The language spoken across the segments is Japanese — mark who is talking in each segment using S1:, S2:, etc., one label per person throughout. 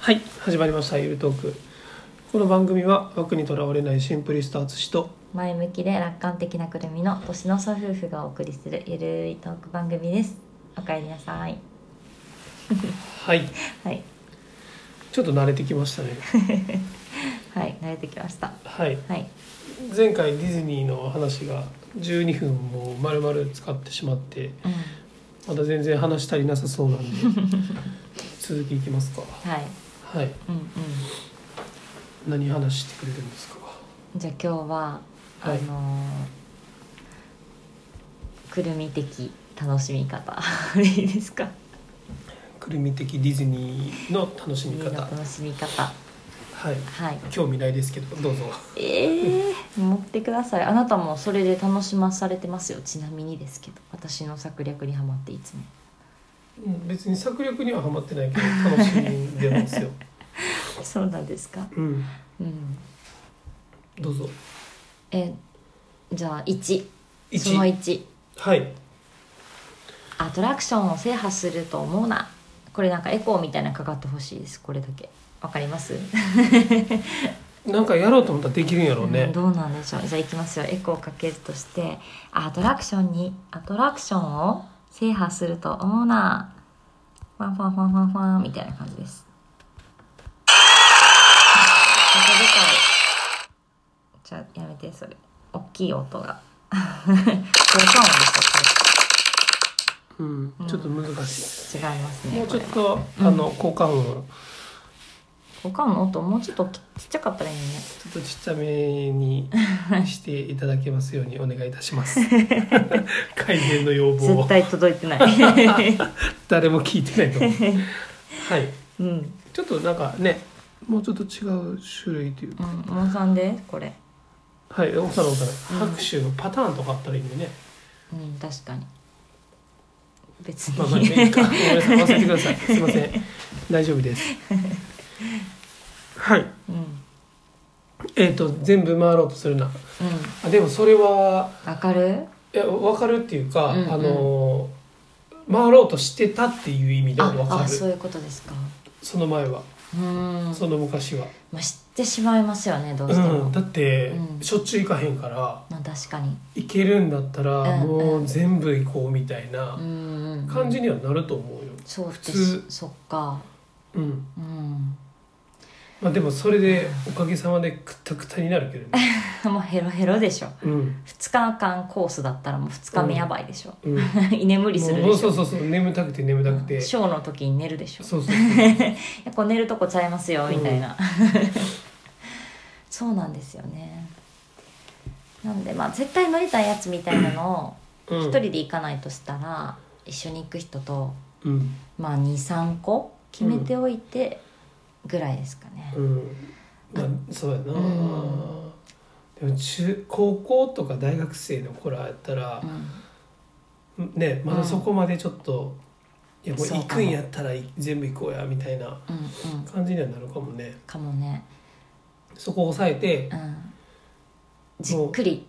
S1: はい始まりました「ゆるトーク」この番組は枠にとらわれないシンプリスト淳と
S2: 前向きで楽観的なくるみの年の差夫婦がお送りするゆるいトーク番組ですおかえりなさい
S1: はい
S2: はい
S1: ちょっと慣れてきましたね
S2: はい慣れてきました
S1: はい
S2: はい
S1: 前回ディズニーの話が12分も丸々使ってしまって
S2: うん
S1: まだ全然話足りなさそうなんで続きいきますか
S2: はい
S1: はい
S2: うんうん
S1: 何話してくれるんですか
S2: じゃあ今日は、
S1: はい
S2: あのーくるみ的楽しみ方 でいいですか
S1: くるみ的ディズニーの楽しみ
S2: くるみの
S1: 方
S2: 楽しみ方
S1: はい
S2: はい
S1: 興味ないですけどどうぞ
S2: えー、持ってくださいあなたもそれで楽しまされてますよちなみにですけど私の策略にはまっていつも
S1: うん別に策略にはハマってないけど楽しんでますよ
S2: そうなんですか
S1: うん
S2: うん
S1: どうぞ
S2: えじゃあ1その
S1: 1
S2: 1
S1: はい
S2: アトラクションを制覇すると思うなこれなんかエコーみたいなのかかってほしいですこれだけわかります、
S1: なんかやろうと思ったらできるんやろう
S2: う
S1: ね
S2: ん、 どうなんでしょうじゃあいきますよエコーかけるとしてアトラクションにアトラクションを制覇すると思うなファンファンファンファンファンみたいな感じですめっちゃでかいじゃあやめてそれ大きい音が 効果音でしょこれ
S1: うん、
S2: うん
S1: ちょっと難し
S2: 違います
S1: い、
S2: ね
S1: もうちょっ、
S2: ことうん
S1: あの効果音を
S2: れ他の音もうちょっとちっちゃかったらいいね
S1: ちょっとちっちゃめ にしていただけますようにお願いいたします改善の要望
S2: 絶
S1: を
S2: 対届い てない
S1: 誰も聞いてないと思 うはい
S2: うん、
S1: ちょっとなんかねもうちょっと違う種類という
S2: う
S1: か
S2: ん、モンさんでこれ
S1: はいおさらおさら
S2: うん
S1: 拍手のパターンとかあったらいいんで ね
S2: うん確かに別
S1: まあまあいい
S2: に
S1: かごめんなさい忘れてくださいすいません大丈夫 ですはい
S2: うんうん
S1: えっ、と全部回ろうとするなあでもそれは
S2: わかる
S1: いや分かるっていうか、
S2: うんうん
S1: あの回ろうとしてたっていう意味でも分
S2: あ
S1: か
S2: あ
S1: る
S2: そ
S1: そう
S2: いうことですか
S1: の前は、
S2: うん
S1: その昔は、
S2: まあ、知ってしまいますよねどうしても、
S1: うん、だって、
S2: うん
S1: しょっちゅう行かへんから
S2: まあ確かに
S1: 行けるんだったら、
S2: うんうん
S1: もう全部行こうみたい
S2: うん
S1: な
S2: うんうん
S1: 感じにはなると思うよ、
S2: そうで
S1: 普
S2: す
S1: 通
S2: そっか
S1: うん
S2: うん
S1: まあ、でもそれでおかげさまでくたくたになるけど ね、
S2: もうヘロヘロでしょ
S1: うん
S2: 2日間コースだったらもう2日目やばいでしょ、
S1: うん、も
S2: 居眠りするでしょ
S1: うそうそうそう眠たくて眠たくて、
S2: うんシ
S1: そう
S2: ョーの時に寝るでしょ
S1: そうそう
S2: いやこう寝るとこちゃいますよ
S1: うん
S2: みたいな、 そうなんですよねなんでまあ絶対乗りたいやつみたいなの
S1: う
S2: を
S1: ん
S2: 一人で行かないとしたら、一緒に行く人と
S1: うん、
S2: まあ23個決めておいてぐらいですかね、
S1: うん、まあそうやな、
S2: うん
S1: でも中高校とか大学生の頃やったら
S2: うん、
S1: ねまだそこまでちょっと、いやもう
S2: そう
S1: 行
S2: か
S1: く
S2: も
S1: んやったらい全部行こうやみたいな
S2: うんうん
S1: 感じにはなるかもね
S2: かもね
S1: そこを抑えて
S2: うんじっくり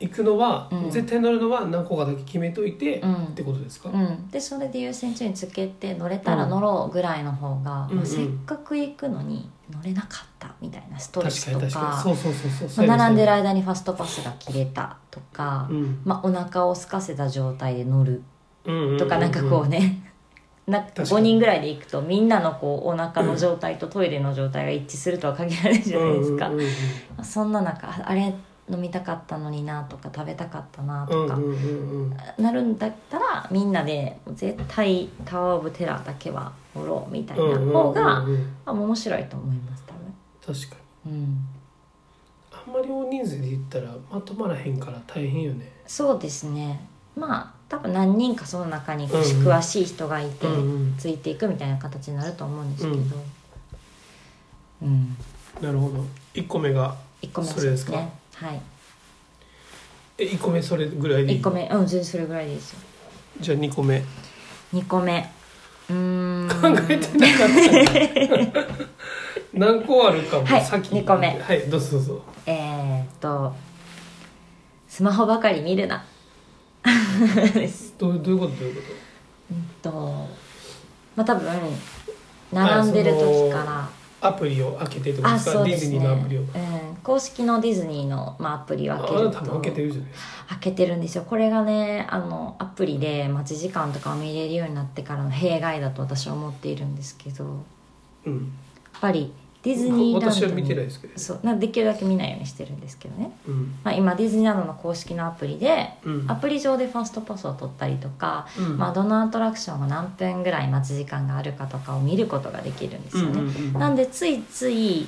S1: 行くのは、
S2: うん
S1: 絶対乗るのは何個かだけ決めといて、
S2: う
S1: っ
S2: ん
S1: てことですか、
S2: うん、でそれで優先順位つけて乗れたら
S1: うん
S2: 乗ろうぐらいの方が、
S1: うんうん
S2: まあせっかく行くのに乗れなかったみたいなストレ
S1: 確
S2: ス
S1: か
S2: と
S1: に
S2: か
S1: 確かにそうそうそうそう、
S2: まあ、並んでる
S1: ら
S2: 間にファストパスが切れたとか、
S1: うん
S2: まあ、お腹を空かせた状態で乗る
S1: うんうんうんうん
S2: とかなんかこうね、 な
S1: かに
S2: 5人ぐらいで行くとみんなのこうお腹の状態とトイレの状態が一致するとは限らないじゃないですか、
S1: うんうんうん
S2: まあそんな中ああれ飲みたかったのになとか食べたかったなとか、
S1: うんうんうんうん
S2: なるんだったらみんなで絶対タワー・オブ・テラーだけは乗ろうみたいな方が、
S1: うんうんうんうん
S2: まあ、面白いと思います多分。
S1: 確かに
S2: うん
S1: あんまり大人数で言ったらまとまらへんから大変よね。
S2: そうですねまあ多分何人かその中にこ
S1: う
S2: う
S1: んうん
S2: 詳しい人がいて、
S1: ん、
S2: ついていくみたいな形になると思うんですけど、
S1: う
S2: うんん
S1: なるほど。一個目が
S2: 1個目は
S1: それですか
S2: ねはい
S1: え一個目それぐらいでいい。
S2: 1個目うん全然それぐらいでいいですよ
S1: じゃあ二個目考
S2: 2個目うーん
S1: えてなかったね。 何個あるかも
S2: はい
S1: 先に
S2: 二個目
S1: はいどうぞどうぞ。
S2: えーっとスマホばかり見るなです
S1: どうどういうことどういうこ
S2: うんとまあ多分並んでる時から
S1: アプリを開けてってこと
S2: あ
S1: です
S2: そ
S1: か
S2: う
S1: デ
S2: で
S1: ィズ
S2: す
S1: ニ
S2: ね
S1: ーのアプリを
S2: うん、公式のディズニーの、まあ、アプリを
S1: あ
S2: 開け
S1: な
S2: る
S1: たも開けてるじゃないですか
S2: 開けてるんですよこれがねあのアプリで待ち時間とかを見れるようになってからの弊害だと私は思っているんですけどや
S1: うん
S2: っぱりディズニーランドに
S1: 私は見てないですけど
S2: そうなできるだけ見ないようにしてるんですけどね、
S1: うん
S2: まあ、今ディズニーランドの公式のアプリで
S1: うん
S2: アプリ上でファーストパスを取ったりとか、
S1: うん
S2: まあ、どのアトラクションが何分ぐらい待ち時間があるかとかを見ることができるんですよね、
S1: うんうんうん
S2: なんでついつい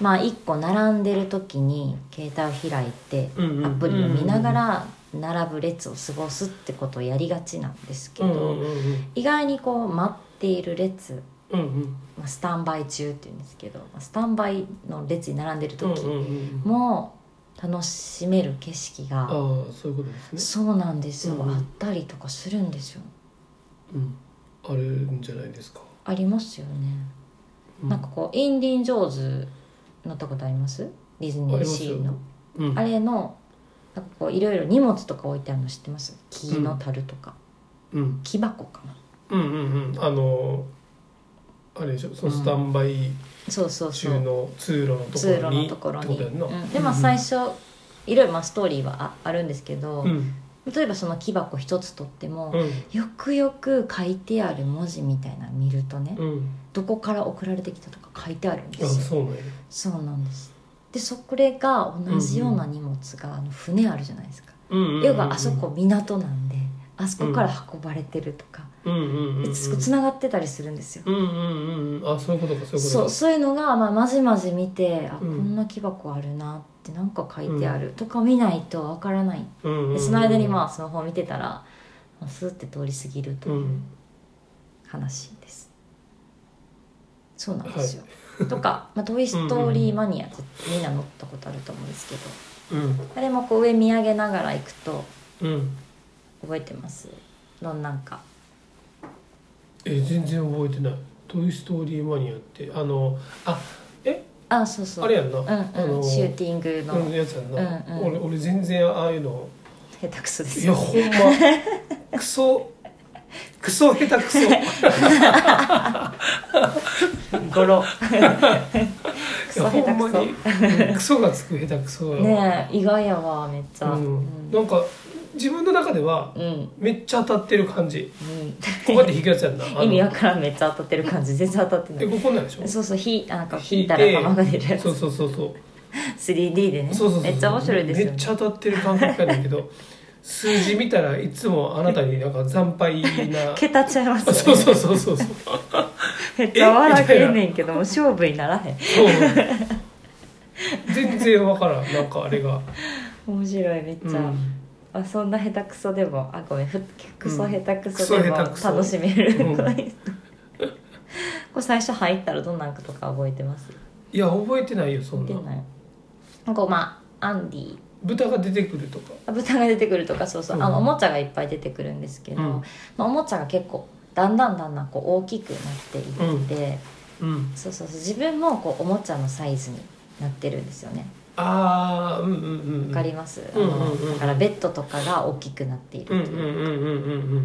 S2: まあ1個並んでる時に携帯を開いて
S1: うんうん
S2: アプリを見ながら並ぶ列を過ごすってことをやりがちなんですけ
S1: う
S2: ど、
S1: んうんうんうん
S2: 意外にこう待っている列、
S1: うんうん
S2: まあ、スタンバイ中っていうんですけどまあスタンバイの列に並んでる時
S1: うんうんうん
S2: も楽しめる景色が、
S1: ああそういうことですね
S2: そうなんですよ、
S1: うんうん
S2: あったりとかするんですよ
S1: うんあれんじゃないですか
S2: ありますよね、
S1: う
S2: なんかこう「インディ・ン・ジョーズ」乗ったことありますディズニーシーの
S1: うん
S2: あれのなんかこういろいろ荷物とか置いてあるの知ってます木の樽とか、
S1: うん
S2: 木箱か
S1: う
S2: な
S1: んうんうんあのあれでしょそのスタンバイ
S2: そうそうそ
S1: 中
S2: う
S1: の通路のとこ
S2: 通路
S1: ろ
S2: の
S1: に
S2: ところ
S1: って
S2: に、
S1: とやんな
S2: うんでまあ最初いろいろまあストーリーはああるんですけど、
S1: うん
S2: 例えばその木箱一つ取っても、
S1: うん
S2: よくよく書いてある文字みたいなの見るとね、
S1: うん
S2: どこから送られてきたとか書いてあるんです
S1: あそ
S2: よ
S1: うなんや
S2: そうなんですでそこれが同じような荷物が、あの船あるじゃないですか、
S1: うんうんうんうん
S2: 要はあそこ港なんであそこから運ばれてるとか、
S1: うんうんうんうん
S2: つつながってたりするんですよ、
S1: うんうんうんうんあそういうことかそういうこ
S2: そ
S1: と
S2: う
S1: か
S2: そういうのが、まあ、まじまじ見てあ、
S1: うん
S2: こんな木箱あるなってなんか書いてあるとか見ないとわからない、
S1: うんうんうん
S2: でその間にまあスマホを見てたらまあスーって通り過ぎると
S1: う
S2: いうん話です、そうなんですよ、とか、まあ、トイ・ストーリーマニアってみんな乗ったことあると思うんですけど
S1: うん
S2: あれもこう上見上げながら行くと
S1: うん
S2: 覚えてますのなんか
S1: え全然覚えてない「トイ・ストーリー・マニア」ってあのあえ
S2: あそうそう
S1: あれやんな、あ
S2: うんうん、
S1: の
S2: シューティング
S1: うん
S2: の
S1: やつやんな、
S2: うんうん
S1: 俺俺全然ああいうの
S2: 下手くそで
S1: い
S2: す
S1: や
S2: よ
S1: ほん まクソクソ下手くそ
S2: ゴロク
S1: いや
S2: ソ下手
S1: ほんま
S2: くそ
S1: にうんクソがつく下手くそやわ
S2: ねえ意外やわめっちゃ
S1: う、
S2: うんん
S1: なんか自分の中では
S2: うん、うん
S1: めっちゃ当たってる感じこうやって弾くやつやんなあの
S2: 意味わからんめっちゃ当たってる感じ全然当たってな
S1: で
S2: い
S1: ここなんでしょ
S2: そうそうひなんか引いた
S1: 弾い
S2: ら
S1: て
S2: 弾が出るやつ
S1: そうそうそうそう
S2: 3D でね
S1: そうそうそう
S2: めっちゃ面白いですよ、ね、
S1: めっちゃ当たってる感覚やねんけ ど数字見たらいつもあなたになんか惨敗 な
S2: 桁ちゃいますよ、ね、
S1: そうそうそうそうそう
S2: めっちゃ笑けんねんけども勝負にならへん
S1: そう全然わからんなんかあれが、
S2: 面白いめっ
S1: う
S2: ちゃ、
S1: ん、
S2: あそんな下手くそでもあごめんふクソ下手く
S1: う
S2: そ
S1: ん
S2: でも
S1: クソ下手
S2: 楽
S1: くそ
S2: しめる、
S1: うん
S2: これ最初入ったらどんなんかとか覚えてます
S1: いや覚えてないよそん
S2: 覚え
S1: な
S2: てないなんかまあアンディ
S1: 豚が出てくるとか
S2: あ豚が出てくるとかそうそう、
S1: うん
S2: あのおもちゃがいっぱい出てくるんですけど、
S1: うん
S2: まあ、おもちゃが結構だんだんだんだんこう大きくなっていって、
S1: うん
S2: そうそうそう自分もこうおもちゃのサイズになってるんですよね
S1: ああうんうんうん
S2: わかります、
S1: うん
S2: あの
S1: うんうんうん
S2: だからベッドとかが大きくなっていると
S1: う
S2: い
S1: ん
S2: う
S1: うんうんうんうんうん
S2: っ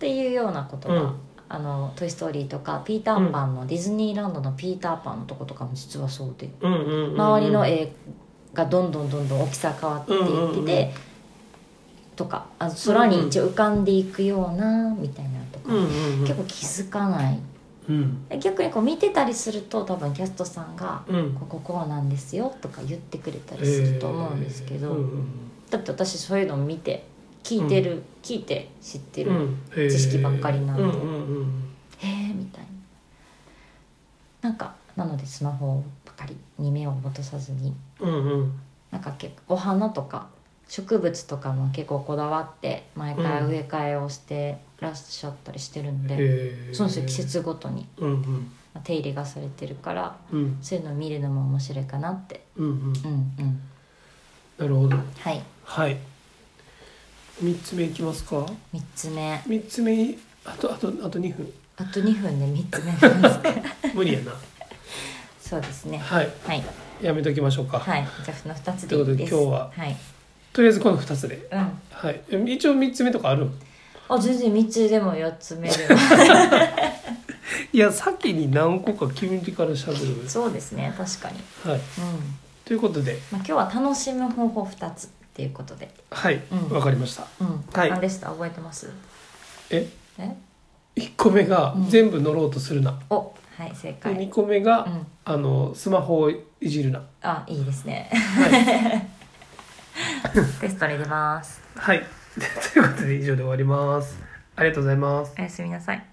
S2: ていうようなことが、
S1: うん
S2: あの「トイ・ストーリー」とか「ピーターパン」の、ディズニーランドの「ピーターパン」のとことかも実はそうで
S1: うんうんうんうん
S2: 周りの絵がどんどんどんどん大きさ変わっていってて、
S1: うんうんうん
S2: とかあの空に一応浮かんでいくようなみたいなとか、
S1: うんうんうん
S2: 結構気づかない
S1: うん
S2: 逆にこう見てたりすると多分キャストさんが
S1: う
S2: 「
S1: ん
S2: こここうなんですよ」とか言ってくれたりすると思うんですけど、
S1: えーうん
S2: だって私そういうの見て聞いてる、聞いて知ってる
S1: うんうんえー
S2: 知識ばっかりなんで
S1: うんうんうん
S2: へえみたいななんかなのでスマホばかりに目を戻さずに
S1: うんうん
S2: なんか結構お花とか植物とかも結構こだわって毎回植え替えをしてらっしゃったりしてるんで、
S1: えー
S2: そうですよ季節ごとに
S1: うんうん
S2: 手入れがされてるから
S1: うん
S2: そういうのを見るのも面白いかなって
S1: うんうん
S2: うんうん
S1: なるほど
S2: はい
S1: はい三つ目いきますか
S2: 3つ目
S1: 三つ目あとあとあと二分
S2: あと2分で3つ目 なんですか
S1: 無理やな
S2: そうですね
S1: はい
S2: はい
S1: やめときましょうか、
S2: はいじゃあその2つでいいです
S1: ということで今日はいとりあえずこの二つで
S2: うん
S1: はいえ一応三つ目とかある
S2: あ全然3つでも4つ目でも
S1: いや先に何個か決めてからしゃべる
S2: そうですね確かに、
S1: はい
S2: うん
S1: ということで
S2: まあ、今日は楽しむ方法2つっていうことで、
S1: はい
S2: うん
S1: わ、かりました
S2: うん
S1: はい
S2: 何でした覚えてます
S1: え
S2: え
S1: 1個目が
S2: うん
S1: 全部乗ろうとするな、
S2: おはい正
S1: で
S2: 解、
S1: 2個目が、
S2: うん
S1: あのスマホをいじるな
S2: あいいです ね
S1: はい、
S2: テストに出ます
S1: はい、ということで以上で終わりますありがとうございます
S2: おやすみなさい